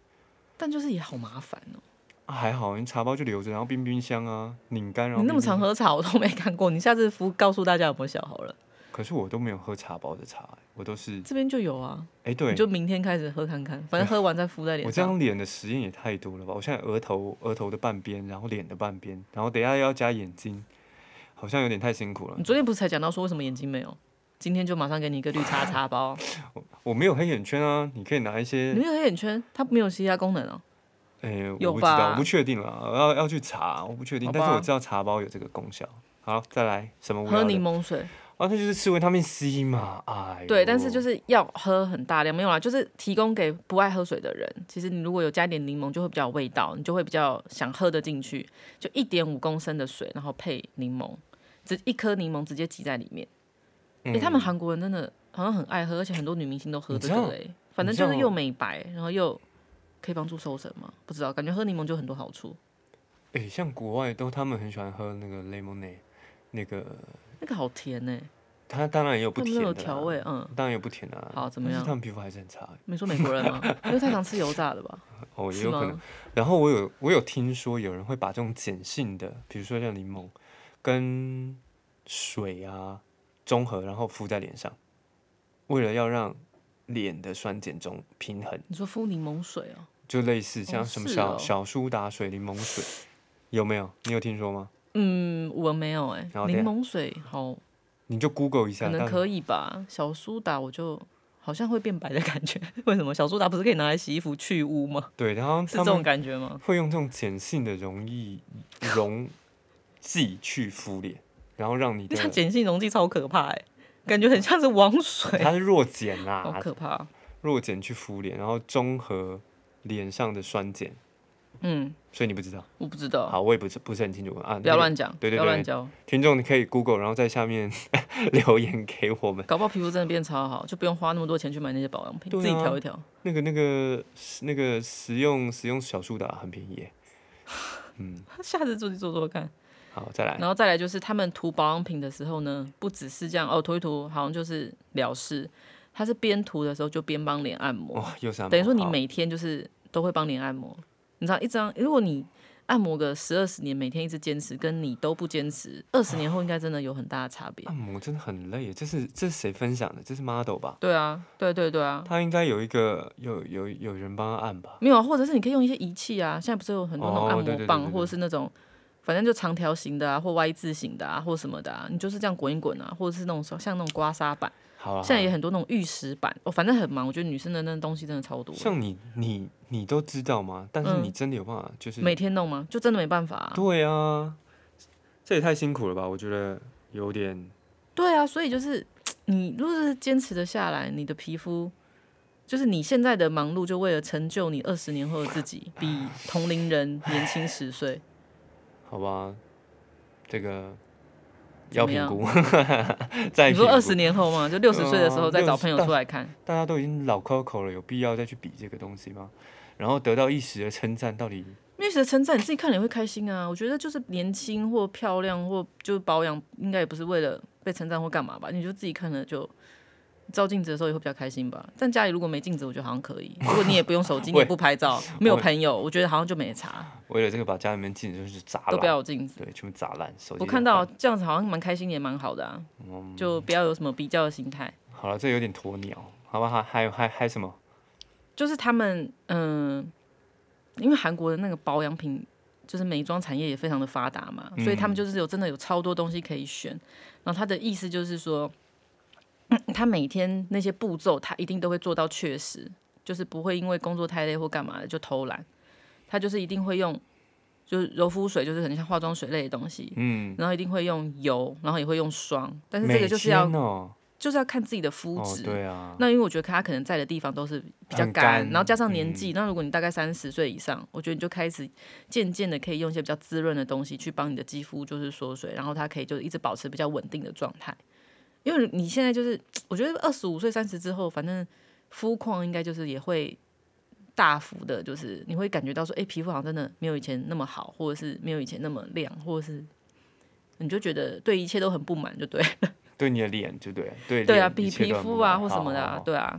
S2: 但就是也好麻烦哦、
S1: 啊还好，你茶包就留着，然后冰冰箱啊，拧干，然后
S2: 你那么
S1: 冰冰
S2: 常
S1: 箱，
S2: 喝茶，我都没看过。你下次服告诉大家有没有效好了，
S1: 可是我都没有喝茶包的茶、欸我都是
S2: 这边就有啊，
S1: 哎、
S2: 你
S1: 对，
S2: 就明天开始喝看看，反正喝完再敷在
S1: 我
S2: 脸
S1: 这
S2: 上。
S1: 张脸的实验也太多了吧！我现在额头额头的半边，然后脸的半边，然后等一下要加眼睛，好像有点太辛苦了
S2: 你。昨天不是才讲到说为什么眼睛没有？今天就马上给你一个绿茶茶包。
S1: 我没有黑眼圈啊，你可以拿一
S2: 你
S1: 些，
S2: 没有黑眼圈，它没有其他功能哦、
S1: 哎、
S2: 有
S1: 我不知道，我
S2: 吧
S1: 不确定了，我要要去查，我不确定
S2: 好，
S1: 但是
S2: 吧
S1: 我知道茶包有这个功效。好，再来什么无
S2: 喝
S1: 聊
S2: 柠
S1: 的？
S2: 檬水，
S1: 啊，那就是吃维他命 C 嘛，哎，，
S2: 对，但是就是是要喝很大量，没有啦，就是提供给不爱喝水的人。其实你如果有加一点柠檬，就会比较有味道，你就会比较想喝得进去。就一点五公升的水，然后配柠檬，只一颗柠檬直接挤在里面。哎、
S1: 嗯
S2: 他们韩国人真的好像很爱喝，而且很多女明星都喝
S1: 你
S2: 这
S1: 知道
S2: 个哎、反正就是又美白，然后又可以帮助瘦身嘛，不知道，感觉喝柠檬就很多好处。
S1: 哎、像国外都他们很喜欢喝那个 lemonade，那个
S2: 那个好甜呢、欸
S1: 它当然也有不
S2: 他们
S1: 甜的
S2: 那有
S1: 啦，
S2: 调味，嗯，
S1: 当然也有不甜的、啊。
S2: 好怎么
S1: 但是
S2: 样
S1: 他们皮肤还是很差、
S2: 你说美国 人吗？因为太常吃油炸的吧？
S1: 哦，也
S2: 是
S1: 有可能。
S2: 吗？
S1: 然后我有我有听说有人会把这种碱性的，比如说像柠檬跟水啊中和，然后敷在脸上，为了要让脸的酸碱中平衡，
S2: 你说敷柠檬水哦、
S1: 就类似
S2: 哦
S1: 像什么
S2: 是
S1: 小、
S2: 哦
S1: 小苏打水、柠檬水，有没有？你有听说吗？
S2: 嗯，我没有哎、
S1: 然后等
S2: 柠
S1: 下
S2: 檬水好，
S1: 你就 Google 一
S2: 可
S1: 下，
S2: 能
S1: 但
S2: 可以吧。小苏打我就好像会变白的感觉， 为什么小苏打不是可以拿来洗衣服去污吗？
S1: 对，然后
S2: 是
S1: 他
S2: 这种
S1: 们
S2: 感觉吗？
S1: 会用这种碱性的溶液溶剂去敷脸，然后让你
S2: 那它
S1: 的
S2: 碱性溶剂超可怕哎、感觉很像是王水，
S1: 它是弱碱啊啦、
S2: 好可怕哦、
S1: 弱碱去敷脸，然后中和脸上的酸碱，
S2: 嗯，
S1: 所以你不知道。
S2: 我不知道，
S1: 好，我也不是不是很清楚啊。
S2: 哦不
S1: 那
S2: 要
S1: 个
S2: 乱讲，
S1: 啊对对
S2: 不要乱
S1: 对
S2: 教，
S1: 听众，你可以 Google，然后在下面 留言给我们。
S2: 搞不好皮肤真的变超好，就不用花那么多钱去买那些保养品，
S1: 对啊
S2: 自己调一调。
S1: 那个、那个、那个食用食用小苏打很便宜耶。嗯，
S2: 下次自己做做看。
S1: 好，再来。
S2: 然后再来就是他们涂保养品的时候呢，不只是这样哦，涂一涂好像就是了事，它是边涂的时候就边帮脸按摩，
S1: 哇，又是按摩
S2: 等于说你
S1: 好
S2: 每天就是都会帮脸按摩。你知道一张，如果你按摩个十二十年，每天一直坚持，跟你都不坚持，二十年后应该真的有很大的差别。
S1: 按摩真的很累耶，这是这是谁分享的？这是 model 吧？
S2: 对啊，对对对啊，
S1: 他应该有一个有有有人帮他按吧？
S2: 没有啊，或者是你可以用一些仪器啊，现在不是有很多那种
S1: 哦
S2: 按
S1: 对对
S2: 摩
S1: 对对
S2: 棒，
S1: 对
S2: 或者是那种反正就长条形的啊，或 Y 字形的啊，或什么的啊，你就是这样滚一滚啊，或者是那种像那种刮痧板，
S1: 好啊，
S2: 现在
S1: 好
S2: 也
S1: 啊
S2: 很多那种玉石板，哦，反正很忙。我觉得女生的那东西真的超多的，
S1: 像你你你都知道吗？但是
S2: 嗯
S1: 你真的有办法就是
S2: 每天弄吗？就真的没办法、啊。
S1: 对啊，这也太辛苦了吧？我觉得有点
S2: 对啊，所以就是你如果是坚持的下来，你的皮肤就是你现在的忙碌，就为了成就你二十年后的自己，比同龄人年轻十岁。
S1: 好吧，这个
S2: 怎
S1: 要
S2: 么
S1: 评
S2: 样
S1: 估， 再
S2: 你说
S1: 评估
S2: 二十，年后吗？就六十岁的时候
S1: 嗯
S2: 再找
S1: 60
S2: 朋友
S1: 大
S2: 出来看。
S1: 大家都已经老 Coco 了，有必要再去比这个东西吗？然后得到一时的称赞，到底
S2: 面试的称赞，你自己看了也会开心啊。我觉得就是年轻或漂亮或就是保养，应该也不是为了被称赞或干嘛吧。你就自己看了就照镜子的时候也会比较开心吧。但家里如果没镜子，我觉得好像可以。如果你也不用 手机，你也不拍照，没有朋友，我觉得好像就没差，
S1: 为了这个把家里面镜子就是砸
S2: 都不要
S1: 烂，
S2: 有镜子。
S1: 对，全部砸烂。手机
S2: 我
S1: 都
S2: 看
S1: 要
S2: 到这样子好像蛮开心，也蛮好的啊。就不要有什么比较的心态。
S1: 换好了，这有点鸵鸟，好吧？还还有还还什么？
S2: 就是他们，嗯、因为韩国的那个保养品，就是美妆产业也非常的发达嘛，所以他
S1: 嗯
S2: 们就是有真的有超多东西可以选。然后他的意思就是说，嗯他每天那些步骤，他一定都会做到确实，就是不会因为工作太累或干嘛的就偷懒。他就是一定会用，就是柔肤水，就是很像化妆水类的东西，
S1: 嗯，
S2: 然后一定会用油，然后也会用霜，但是这
S1: 每
S2: 个就是要
S1: 天哦，
S2: 就是要看自己的肤
S1: 哦
S2: 质、，
S1: 对啊，
S2: 那因为我觉得他可能在的地方都是比较
S1: 很
S2: 干，
S1: 干嗯
S2: 然后加上年纪，那如果你大概三十岁以上，我觉得你就开始渐渐的可以用一些比较滋润的东西去帮你的肌肤就是缩水，然后它可以就一直保持比较稳定的状态。因为你现在就是，我觉得二十五岁、三十之后，反正肤况应该就是也会大幅的，就是你会感觉到说，哎、皮肤好像真的没有以前那么好，或者是没有以前那么亮，或者是你就觉得对一切都很不满，就对了。
S1: 对你的脸，对不对？对
S2: 对啊，
S1: 脸
S2: 比
S1: 一切
S2: 皮
S1: 都很
S2: 肤
S1: 不
S2: 啊
S1: 满
S2: 或什么的、
S1: 好
S2: 啊
S1: 好，好
S2: 对啊。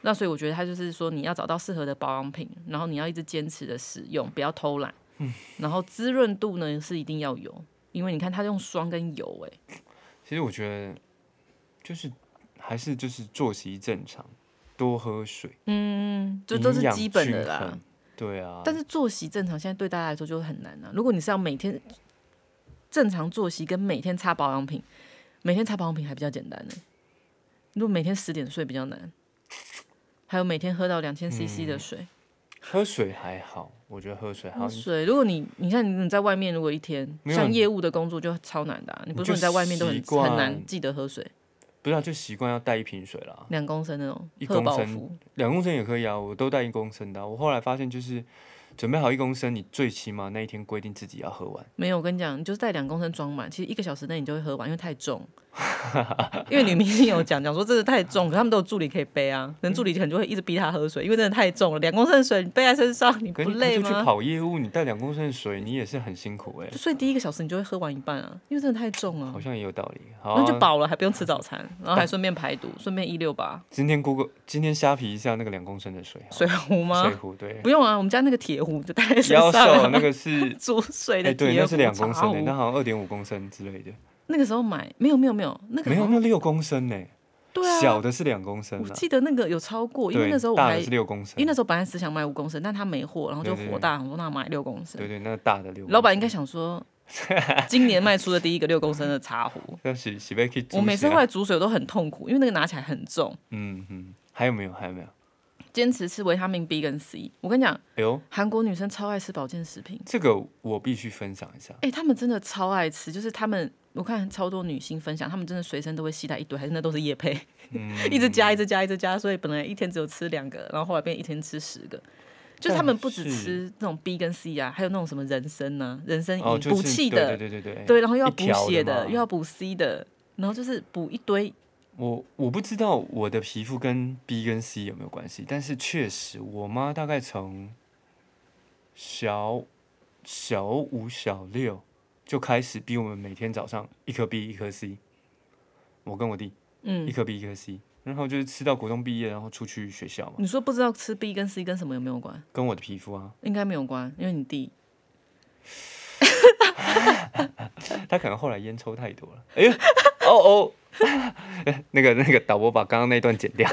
S2: 那所以我觉得他就是说，你要找到适合的保养品，然后你要一直坚持的使用，不要偷懒。
S1: 嗯
S2: 然后滋润度呢是一定要有，因为你看他用霜跟油、欸，
S1: 其实我觉得就是还是就是作息正常，多喝水，
S2: 嗯，这都是
S1: 营养
S2: 基本
S1: 均
S2: 的啦
S1: 衡。。对啊，
S2: 但是作息正常，现在对大家来说就很难了、啊如果你是要每天正常作息，跟每天擦保养品，每天擦保养品还比较简单呢、如果每天十点睡比较难，还有每天喝到两千 CC
S1: 嗯
S2: 的水。
S1: 喝水还好，我觉得喝水还好
S2: 喝。水，哦如果你你像你在外面，如果一天
S1: 没有
S2: 像业务的工作就超难的啊、你不是说
S1: 你就
S2: 你在外面都很
S1: 习惯
S2: 很难记得喝水，
S1: 不知啊道就习惯要带一瓶水啦，
S2: 两公升那种
S1: 一
S2: 喝
S1: 公
S2: 饱
S1: 升
S2: 腹，
S1: 两公升也可以啊，我都带一公升的啊、我后来发现就是准备好一公升，你最起码那一天规定自己要喝完。
S2: 没有，我跟你讲，你就是带两公升装满，其实一个小时内你就会喝完，因为太重。 因为女明星有讲讲说真的太重，可他们都有助理可以背啊，可能助理可能就会一直逼她喝水，因为真的太重了，两公升的水你背在身上，你
S1: 可
S2: 不
S1: 是你
S2: 累
S1: 出去
S2: 吗？
S1: 跑业务，你带两公升的水，你也是很辛苦哎、
S2: 就所以第一个小时你就会喝完一半啊，因为真的太重啊
S1: 好，像也有道理。好、
S2: 那就
S1: 啊，
S2: 饱了，还不用吃早餐，然后还顺便排毒，顺便一六八
S1: 今天 Google 今天虾皮一下那个两公升的水好了，
S2: 水壶吗
S1: 水？壶对，
S2: 不用啊，我们家那个铁壶就带在身
S1: 妖
S2: 上
S1: 兽
S2: 啊，
S1: 那个是
S2: 煮水
S1: 哎、
S2: 的铁
S1: 对，
S2: 壶、
S1: 那是两公升
S2: 茶
S1: 的，
S2: 壶
S1: 那好像二点五公升之类的，
S2: 那个时候买没有没有没有那个
S1: 没有
S2: 好像
S1: 那六公升呢、欸
S2: 对啊，
S1: 小的是两公升
S2: 我
S1: 啊，
S2: 记得那个有超过，因为
S1: 对
S2: 那时候我
S1: 大
S2: 还
S1: 的是
S2: 因
S1: 六公升
S2: 为，那时候本来只想买五公升，但他没货，然后就
S1: 对对对
S2: 火大，我说那买六公
S1: 对
S2: 升。
S1: 对，那大的六公升。
S2: 老板应该 想说，今年卖出的第一个六公升的茶壶，
S1: 要洗洗杯可以煮
S2: 我每
S1: 起
S2: 次
S1: 来
S2: 后来煮水我都很痛苦，因为那个拿起来很重。
S1: 嗯嗯，还有没有？还有没有？
S2: 坚持吃维他命 B 跟 C，我跟你讲，
S1: 哎呦，
S2: 韩国女生超爱吃保健食品，
S1: 这个我必须分享一下。
S2: 哎、她们真的超爱吃，就是她们。我看超多女星分享，她们真的随身都会携带一堆，还是那都是叶配。
S1: 嗯，
S2: 一直加，一直加，一直加，所以本来一天只有吃两个，然后后来变一天吃十个。就是他们不只
S1: 但是
S2: 吃那种 B 跟 C 啊，还有那种什么人参呢、人参饮、
S1: 哦，就是
S2: 嗯补气
S1: 对
S2: 的，
S1: 对对对对。
S2: 然后又要
S1: 一
S2: 补
S1: 条的
S2: 血的，
S1: 嘛
S2: 又要补 C 的，然后就是补一堆。
S1: 我我不知道我的皮肤跟 B 跟 C 有没有关系，但是确实，我妈大概从小小五、小六就开始逼我们每天早上一颗 B 一颗 C，我跟我弟
S2: 嗯
S1: 一，颗 B 一颗 C，然后就是吃到国中毕业，然后出去学校嘛，
S2: 你说不知道吃 B 跟 C 跟什么有没有关？
S1: 跟我的皮肤啊，
S2: 应该没有关，因为你弟
S1: 他可能后来烟抽太多了。哎呦，哦 哦，那个那个导播把刚刚那段剪掉。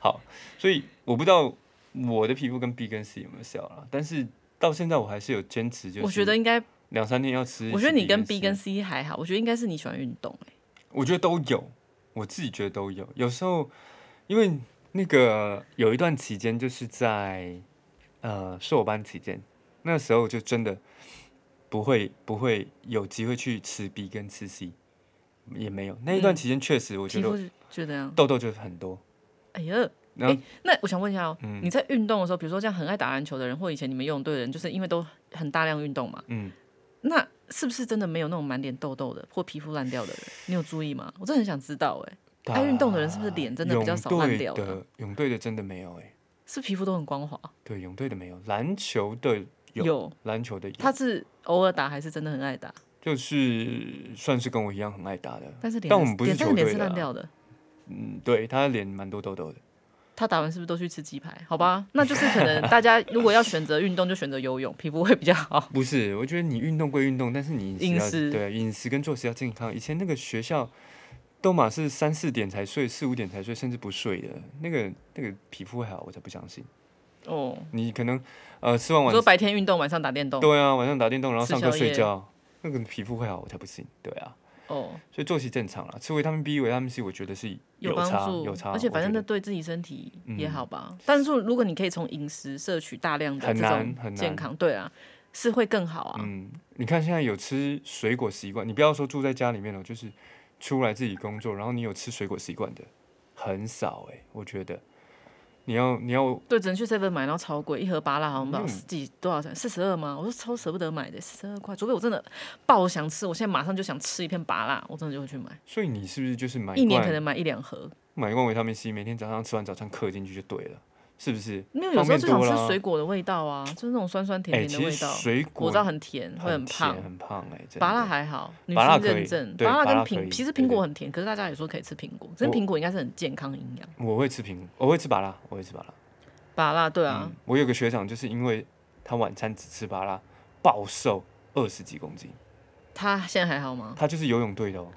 S1: 好，所以我不知道我的皮肤跟 B 跟 C 有没有效了，但是到现在我还是有坚持，就是
S2: 我觉得应该，
S1: 两三天要吃一次 C。
S2: 我觉得你跟 B 跟
S1: C
S2: C 还好，我觉得应该是你喜欢运动、欸。
S1: 我觉得都有，我自己觉得都有。有时候因为那个有一段期间就是在呃硕班期间，那时候就真的不会不会有机会去吃 B 跟吃 C，也没有那一段
S2: 嗯
S1: 期间确实我觉
S2: 皮
S1: 得
S2: 肤
S1: 我
S2: 就就这样。
S1: 痘痘就是很多，
S2: 哎呀，
S1: 然后
S2: 那我想问一下哦，
S1: 嗯
S2: 你在运动的时候，比如说像很爱打篮球的人，或以前你们游泳队的人，就是因为都很大量运动嘛，
S1: 嗯
S2: 那是不是真的没有那种满脸痘痘的或皮肤烂掉的人？你有注意吗？我真的很想知道、哎，爱运动的人是不是脸真的比较少烂掉
S1: 泳队
S2: 了
S1: 的泳队的真的没有哎、
S2: 是皮肤都很光滑？
S1: 对泳队的没有，篮球的有篮球的有，
S2: 他是偶尔打还是真的很爱打？
S1: 就是算是跟我一样很爱打的，
S2: 但是脸，
S1: 但我们不是
S2: 脸但
S1: 球
S2: 脸
S1: 队
S2: 是
S1: 的
S2: 烂
S1: 啊
S2: 掉的。
S1: 嗯，对，他的脸蛮多痘痘的。
S2: 他打完是不是都去吃鸡排？好吧，那就是可能大家如果要选择运动，就选择游泳，皮肤会比较好。
S1: 不是，我觉得你运动归运动，但是你饮食
S2: 饮
S1: 要
S2: 食
S1: 对饮食跟作息要健康。以前那个学校，都嘛是三四点才睡，四五点才睡，甚至不睡的，那个那个皮肤会好，我才不相信。
S2: 哦，
S1: 你可能呃吃完
S2: 你
S1: 晚
S2: 说白天运动，晚上打电动。
S1: 对啊，晚上打电动，然后
S2: 吃
S1: 上课
S2: 宵
S1: 睡
S2: 夜
S1: 觉，那个皮肤会好，我才不信。对啊，
S2: 哦，
S1: 所以作息正常了，吃维他命 B、维他命 C，我觉得是
S2: 帮
S1: 差
S2: 助，
S1: 有差，
S2: 而且反正
S1: 我
S2: 那
S1: 觉
S2: 对自己身体也
S1: 嗯
S2: 好吧。但是如果你可以从饮食摄取大量的
S1: 很
S2: 这
S1: 难
S2: 种
S1: 很
S2: 健
S1: 难
S2: 康，对啊，是会更好
S1: 得
S2: 啊。
S1: 嗯，你看现在有吃水果习惯，你不要说住在家里面了，就是出来自己工作，然后你有吃水果习惯的很少哎、我觉得你要你要
S2: 对，只能去 seven 买，然后超贵，一盒芭拉好像不知道
S1: 嗯
S2: 十几多少钱，四十二吗？我说超舍不得买的，四十二块，除非我真的爆想吃，我现在马上就想吃一片芭拉，我真的就会去买，
S1: 所以你是不是就是买
S2: 一年可
S1: 罐
S2: 能买一两盒。
S1: 买一罐维他命 C，每天早上吃完早餐嗑进去就对了。是不是？
S2: 没有，有时候
S1: 方便
S2: 最想
S1: 多
S2: 吃
S1: 啦
S2: 水果的味道啊，就是那种酸酸甜
S1: 哎，
S2: 甜的
S1: 其
S2: 味
S1: 实
S2: 道。
S1: 水
S2: 我
S1: 果
S2: 知道很甜，会
S1: 很甜
S2: 胖。
S1: 很胖哎，真
S2: 芭
S1: 的
S2: 乐还好，女
S1: 芭乐
S2: 性
S1: 可
S2: 认
S1: 以
S2: 证，
S1: 对
S2: 芭乐
S1: 芭
S2: 跟
S1: 乐可以
S2: 苹，其实
S1: 对
S2: 苹
S1: 对
S2: 果很甜，可是大家也说可以吃苹果，真的
S1: 我
S2: 苹果应该是很健康营养。
S1: 我会吃苹，我会吃芭拉，我会吃芭拉。
S2: 芭乐对啊
S1: 嗯，，我有个学长就是因为他晚餐只吃芭拉，暴瘦二十几公斤，
S2: 他现在还好吗？
S1: 他就是游泳队的哦。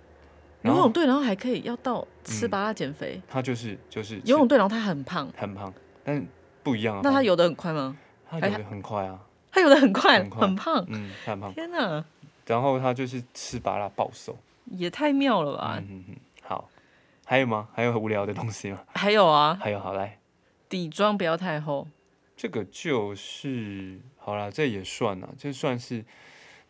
S1: 然
S2: 游
S1: 后
S2: 泳队，然后还可以要到吃
S1: 嗯
S2: 芭乐减肥，
S1: 他就是就是
S2: 游泳队，然后他很胖
S1: 吃，很胖，但不一样啊。
S2: 那他游得很快吗？
S1: 他游的很快啊，
S2: 他游得很快，
S1: 很快
S2: 很胖。
S1: 嗯，他很胖。
S2: 天哪，
S1: 然后他就是吃芭拉暴瘦。
S2: 也太妙了吧！
S1: 嗯嗯嗯，好，还有吗？还有无聊的东西吗？
S2: 还有啊，
S1: 还有，好来，
S2: 底妆不要太厚，
S1: 这个就是好啦，这也算啦，这算是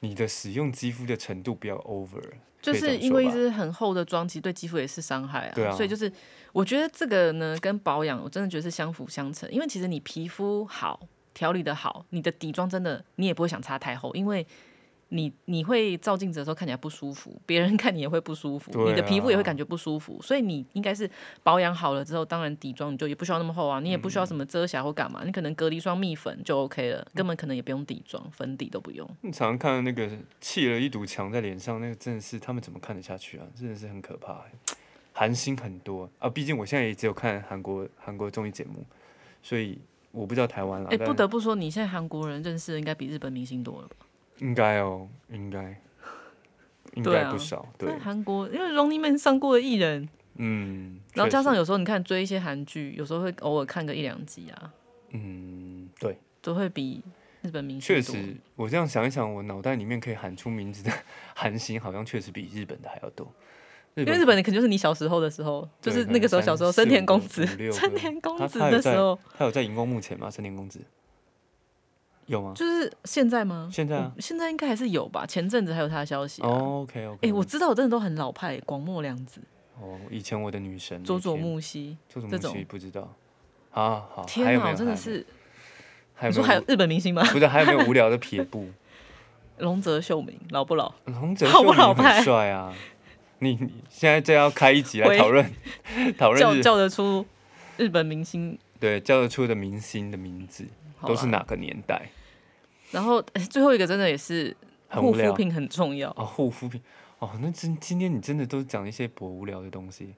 S1: 你的使用肌肤的程度不要 over 了。
S2: 就
S1: 可以这
S2: 是
S1: 么
S2: 因
S1: 说
S2: 为一
S1: 吧
S2: 支很厚的妆，其实对肌肤也是伤害啊。
S1: 对啊
S2: 所以就是我觉得这个呢，跟保养，我真的觉得是相辅相成。因为其实你皮肤好，调理的好，你的底妆真的你也不会想擦太厚，因为你你会照镜子的时候看起来不舒服，别人看你也会不舒服，
S1: 对啊
S2: 你的皮肤也会感觉不舒服。所以你应该是保养好了之后，当然底妆你就也不需要那么厚啊，你也不需要
S1: 嗯
S2: 什么遮瑕或干嘛，你可能隔离霜、蜜粉就 OK 了，根本可能也不用底妆、粉底都不用。
S1: 你常常看到那个砌了一堵墙在脸上，那个真的是他们怎么看得下去啊？真的是很可怕欸、韩星很多啊，毕竟我现在也只有看韩国韩国综艺节目，所以我不知道台湾了。
S2: 哎、
S1: 嗯但
S2: 不得不说，你现在韩国人认识的应该比日本明星多了吧？
S1: 应该哦，应该应
S2: 对
S1: 该
S2: 啊
S1: 不少。对
S2: 在，韩国，因为 Running Man 上过的艺人，
S1: 嗯，
S2: 然后
S1: 确
S2: 加
S1: 实
S2: 上有时候你看追一些韩剧，有时候会偶尔看个一两集啊，
S1: 嗯，对，
S2: 都会比日本明
S1: 确
S2: 星多。
S1: 实，我这样想一想，我脑袋里面可以喊出名字的 韩星，好像确实比日本的还要多。日
S2: 因为日本的可能就是你小时候的时候，就
S1: 对
S2: 是
S1: 可
S2: 那
S1: 能
S2: 个时候
S1: 三
S2: 小时候
S1: 四
S2: 森田
S1: 五
S2: 公
S1: 个
S2: 子
S1: 五六，
S2: 森
S1: 个
S2: 田公
S1: 他
S2: 子
S1: 他有
S2: 的时
S1: 在
S2: 候，
S1: 他有在荧光幕前吗？森田公子有吗？
S2: 就是现在吗？
S1: 现在啊
S2: 我现在应该还是有吧？前阵子还有他的消息、啊。
S1: 哦，OK OK，
S2: 哎、我知道，我真的都很老派，广末凉子、
S1: 哦，以前我的女神
S2: 佐佐
S1: 佐，
S2: 木希，
S1: 佐佐
S2: 这
S1: 木
S2: 种
S1: 希不知道啊，好，还
S2: 天
S1: 有没
S2: 哪，
S1: 有？
S2: 真的
S1: 还有没有，
S2: 是，
S1: 还
S2: 你
S1: 有
S2: 说
S1: 没
S2: 还有日本明星吗？
S1: 不是还有没有无聊的撇步？
S2: 龙泽秀明老不老？
S1: 龙泽
S2: 好
S1: 秀
S2: 不老
S1: 明
S2: 派
S1: 很帅啊！你你现在这要开一集来
S2: 喂
S1: 讨 论讨
S2: 叫
S1: 论日
S2: 叫得出日本明星，
S1: 对叫得出的明星的名字
S2: 好
S1: 都是
S2: 吧
S1: 哪个年代？
S2: 然后哎最后一个真的也是
S1: 很
S2: 护
S1: 无
S2: 肤
S1: 聊
S2: 品很重要，
S1: 哦，护肤品哦，那今今天你真的都讲一些博无聊的东西。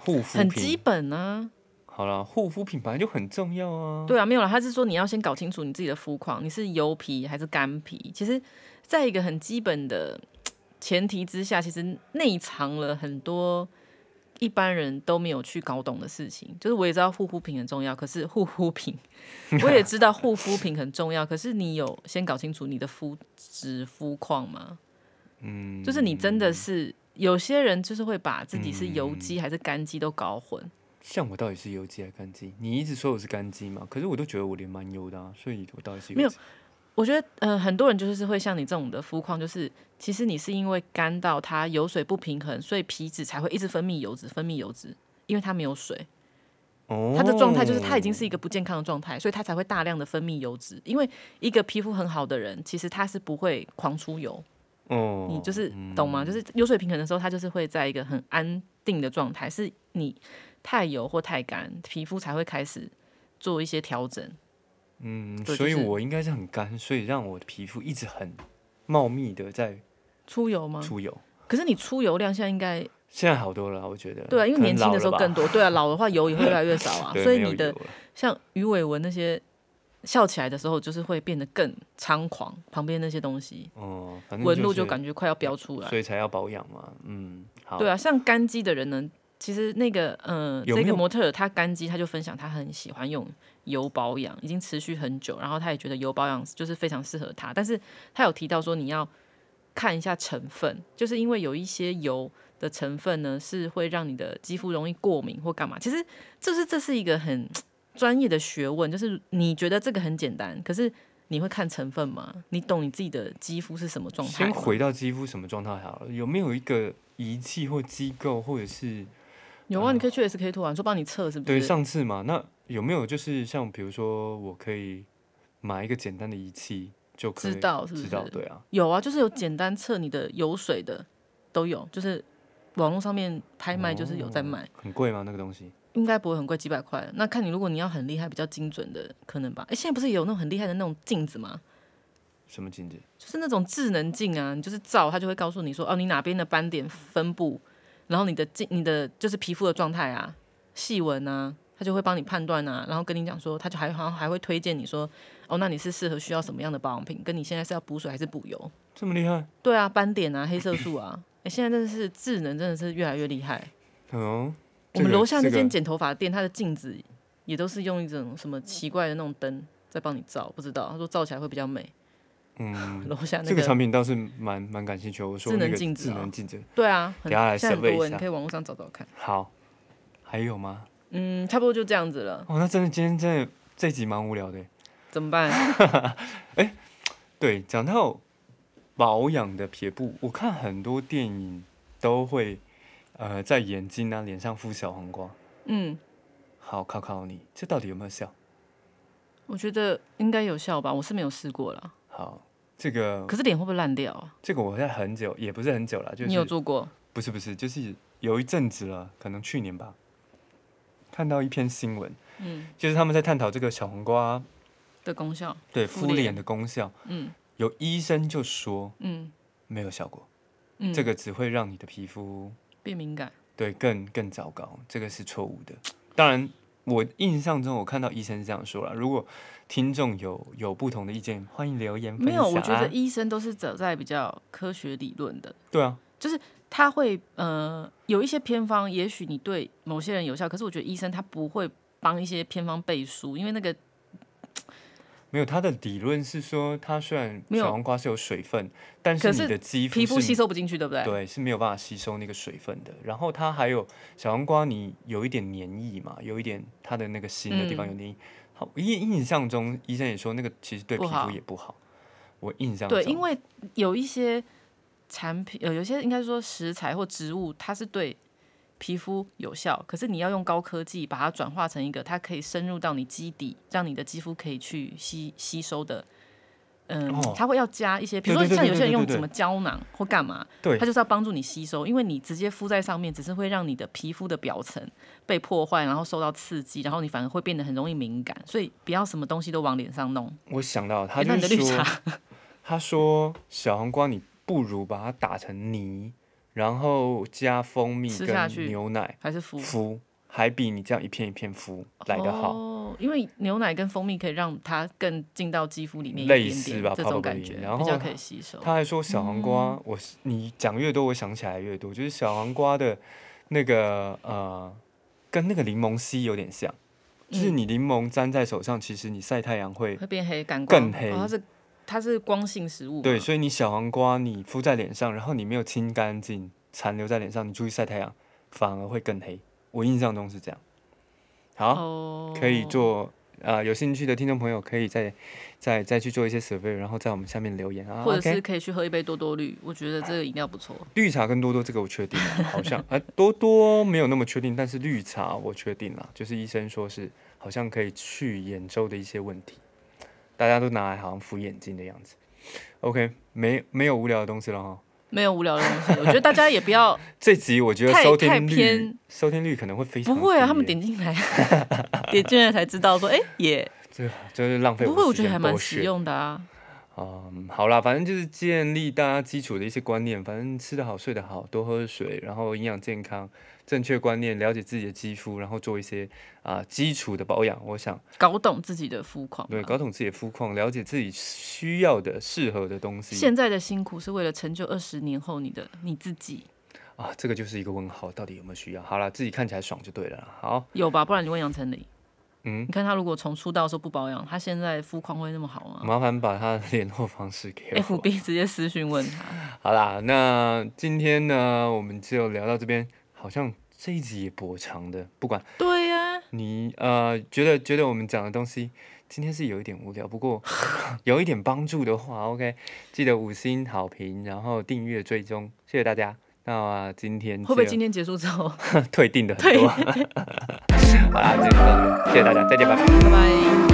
S1: 护肤
S2: 很基
S1: 品
S2: 本啊。
S1: 好了，护肤品本来就很重要啊。
S2: 对啊，没有了。他是说你要先搞清楚你自己的肤况，你是油皮还是干皮。其实，在一个很基本的前提之下，其实内藏了很多一般人都没有去搞懂的事情。就是我也知道护肤品很重要，可是护 肤品我也知道护肤品很重要，可是你有先搞清楚你的肤质肤况吗？
S1: 嗯，
S2: 就是你真的是有些人就是会把自己是
S1: 嗯
S2: 油肌还是干肌都搞混。
S1: 像我到底是油肌还是干肌？你一直说我是干肌嘛，可是我都觉得我脸蛮油的啊，所以我到底是
S2: 没有
S1: 油肌？
S2: 我觉得，呃，很多人就是会像你这种的肤况，就是其实你是因为干到它油水不平衡，所以皮脂才会一直分泌油脂，分泌油脂，因为它没有水，
S1: 哦，
S2: 它的状态就是它已经是一个不健康的状态，所以它才会大量的分泌油脂。因为一个皮肤很好的人，其实他是不会狂出油，
S1: 哦，
S2: 你就是懂吗？就是油水平衡的时候，它就是会在一个很安定的状态，是你太油或太干，皮肤才会开始做一些调整。
S1: 嗯，
S2: 对
S1: 所以
S2: 就是
S1: 我应该是很干，所以让我的皮肤一直很茂密的在
S2: 出油吗？
S1: 出油。
S2: 可是你出油量现在应该
S1: 现在好多了啊，我觉得。
S2: 对啊，因为
S1: 可能
S2: 年轻
S1: 老
S2: 的
S1: 了
S2: 时候
S1: 吧
S2: 更多，对啊，老的话油也会越来越少啊，
S1: 对
S2: 所以
S1: 没有
S2: 你的
S1: 油了
S2: 像鱼尾纹那些笑起来的时候，就是会变得更猖狂，旁边那些东西
S1: 哦，反正
S2: 纹路
S1: 就
S2: 就是感觉快要飙出来
S1: 所。以才要保养嘛。嗯，好。
S2: 对啊，像干肌的人呢，其实那个呃，
S1: 有
S2: 这
S1: 没
S2: 个
S1: 有
S2: 模特儿她干肌，她就分享她很喜欢用油保养，已经持续很久，然后她也觉得油保养就是非常适合她，但是她有提到说你要看一下成分，就是因为有一些油的成分呢是会让你的肌肤容易过敏或干嘛，其实就是这是一个很专业的学问，就是你觉得这个很简单，可是。你会看成分吗？你懂你自己的肌肤是什么状态
S1: 先
S2: 吗？
S1: 回到肌肤什么状态好了？有没有一个仪器或机构，或者是
S2: 有啊，你可以去 SK two 啊，你说帮你测是不是？
S1: 对上次嘛？那有没有就是像比如说，我可以买一个简单的仪器就可以
S2: 知道是不是？
S1: 知道对啊？
S2: 有啊，就是有简单测你的油水的都有，就是网络上面拍卖就是有在卖，
S1: 哦很贵吗？那个东西？
S2: 应该不会很贵，几百块。那看你，如果你要很厉害、比较精准的，可能吧。哎，现在不是有那种很厉害的那种镜子吗？
S1: 什么境界？
S2: 就是那种智能镜啊，你就是照它就会告诉你说，哦，你哪边的斑点分布，然后你的镜、你的就是皮肤的状态啊、细纹啊，它就会帮你判断啊，然后跟你讲说，它就还好像还会推荐你说，哦，那你是适合需要什么样的保养品，跟你现在是要补水还是补油？
S1: 这么厉害？
S2: 对啊，斑点啊、黑色素啊，哎，现在真的是智能真的是越来越厉害。
S1: 哦，
S2: 我们楼下那
S1: 这个
S2: 间剪头发店，它的镜子也都是用一种什么奇怪的那种灯在帮你照，不知道。他说照起来会比较美。
S1: 嗯，
S2: 楼下啊那
S1: 这个产品倒是蛮蛮感兴趣的。我说
S2: 智
S1: 那
S2: 能
S1: 个
S2: 镜
S1: 智
S2: 子啊
S1: 能镜子，
S2: 对啊，很
S1: 等下来
S2: 现在很
S1: survey
S2: 多
S1: 一
S2: 你
S1: 下
S2: 可以网络上找找看。
S1: 好，还有吗？
S2: 嗯，差不多就这样子了，
S1: 哦，那真的今天真的这一集蛮无聊的耶。
S2: 怎么办？
S1: 对，讲到保养的撇步，我看很多电影都会呃在眼睛啊、脸上敷小黄瓜。
S2: 嗯，
S1: 好，考考你，这到底有没有效？
S2: 我觉得应该有效吧，我是没有试过啦。
S1: 好，这个
S2: 可是脸会不会烂掉啊？
S1: 这个我在很久，也不是很久了，哦就
S2: 你有
S1: 是
S2: 做过？
S1: 不是不是，就是有一阵子了，可能去年吧，看到一篇新闻，
S2: 嗯，
S1: 就是他们在探讨这个小黄瓜
S2: 的功效？
S1: 对
S2: 敷
S1: 敷脸
S2: 脸
S1: 的功效，
S2: 嗯
S1: 有医生就说
S2: 嗯
S1: 没有效果，
S2: 嗯，
S1: 这个只会让你的皮肤
S2: 变敏感。
S1: 对，更更糟糕，这个是错误的。当然，我印象中我看到医生是这样说了。如果听众有有不同的意见，欢迎留言分
S2: 没
S1: 享、啊。
S2: 有，我觉得医生都是走在比较科学理论的。
S1: 对啊，
S2: 他会呃有一些偏方，也许你对某些人有效，可是我觉得医生他不会帮一些偏方背书，因为那个
S1: 没有他的理论是说，它虽然
S2: 没有
S1: 小黄瓜是有水分，但是
S2: 可
S1: 你
S2: 是
S1: 的肌肤
S2: 皮肤
S1: 是
S2: 吸收不进去，对不对？
S1: 对是没有办法吸收那个水分的。然后它还有小黄瓜，你有一点黏液嘛，有一点它的那个心的地方
S2: 嗯
S1: 有黏液。好，印印象中医生也说那个其实对
S2: 不
S1: 皮肤
S2: 好
S1: 也不好。我印象
S2: 对，
S1: 中
S2: 因为有一些产品，呃，有些应该说食材或植物，它是对皮肤有效，可是你要用高科技把它转化成一个它可以深入到你基底，让你的肌肤可以去吸吸收的。嗯
S1: 哦，
S2: 它会要加一些，比如
S1: 对对对
S2: 说像有些
S1: 对
S2: 人
S1: 对
S2: 用
S1: 对
S2: 什么胶囊或干嘛，
S1: 对
S2: 它就是要帮助你吸收，因为你直接敷在上面，只是会让你的皮肤的表层被破坏，然后受到刺激，然后你反而会变得很容易敏感，所以不要什么东西都往脸上弄。
S1: 我想到他
S2: 哎
S1: 就
S2: 那你的
S1: 是
S2: 绿
S1: 说
S2: 茶，，
S1: 他说小黄瓜你不如把它打成泥，然后加蜂蜜
S2: 吃
S1: 跟
S2: 下去
S1: 牛奶
S2: 还是敷
S1: 敷，还比你这样一片一片敷 来得好，
S2: 哦，因为牛奶跟蜂蜜可以让它更进到肌肤里面一
S1: 类
S2: 点
S1: 似
S2: 点
S1: 吧
S2: 这种
S1: probably，
S2: 感觉
S1: 然后
S2: 比较
S1: 它
S2: 可以吸收。
S1: 他还说小黄瓜，
S2: 嗯
S1: 我是你讲越多，我想起来越多，就是小黄瓜的那个呃，跟那个柠檬烯有点像，就是
S2: 嗯
S1: 你柠檬粘在手上，其实你晒太阳会。
S2: 会变黑，感
S1: 更
S2: 光
S1: 黑
S2: 哦它是它是光性食物嘛，
S1: 对，所以你小黄瓜你敷在脸上，然后你没有清干净，残留在脸上，你出去晒太阳反而会更黑。我印象中是这样。好，
S2: 哦，
S1: 可以做啊，有兴趣的听众朋友可以再再再去做一些 survey，然后在我们下面留言啊。
S2: 或者
S1: OK，
S2: 是可以去喝一杯多多绿，我觉得这个饮料不错。
S1: 绿茶跟多多这个我确定了，好像啊多多没有那么确定，但是绿茶我确定了，就是医生说是好像可以去眼周的一些问题，大家都拿来好像敷眼睛的样子。OK，没没有无聊的东西了哈。
S2: 没有无聊的东西，我觉得大家也不要
S1: 这集我觉得
S2: 太
S1: 收听
S2: 太
S1: 率
S2: 偏
S1: 收听率可能会非常
S2: 不会啊，他们
S1: 低耶
S2: 点进来 点进来才知道说，哎、 也
S1: 这就是浪费
S2: 不
S1: 的
S2: 会，我觉
S1: 时
S2: 得
S1: 间
S2: 还蛮
S1: bullshit
S2: 实。用的啊。
S1: 嗯，好啦，反正就是建立大家基础的一些观念，反正吃得好、睡得好、多喝水，然后营养健康、正确观念，了解自己的肌肤，然后做一些啊、基础的保养。我想
S2: 搞懂自己的肤况啊吧，
S1: 对，搞懂自己的肤况，了解自己需要的、适合的东西
S2: 现在的辛苦是为了成就二十年后你的你自己，
S1: 啊，这个就是一个问号，到底有没有需要？好啦，自己看起来爽就对了啦。好，
S2: 有吧？不然你问杨丞琳，
S1: 嗯
S2: 你看他如果从出道的时候不保养，他现在肤况会那么好吗
S1: 麻烦把他的联络方式给我。
S2: ？FB 直接私讯 问他，
S1: 好啦，那今天呢，我们就聊到这边，好像这一集也颇长的。不管
S2: 对呀、
S1: 你呃觉得觉得我们讲的东西今天是有一点无聊，不 过有一点帮助的话，OK，记得五星好评，然后订阅追踪，谢谢大家。那、今天
S2: 会不会
S1: 就
S2: 今天结束之后，
S1: 退订的很多？好啦，今天就到这边谢谢大家，再见，拜拜。
S2: 拜拜。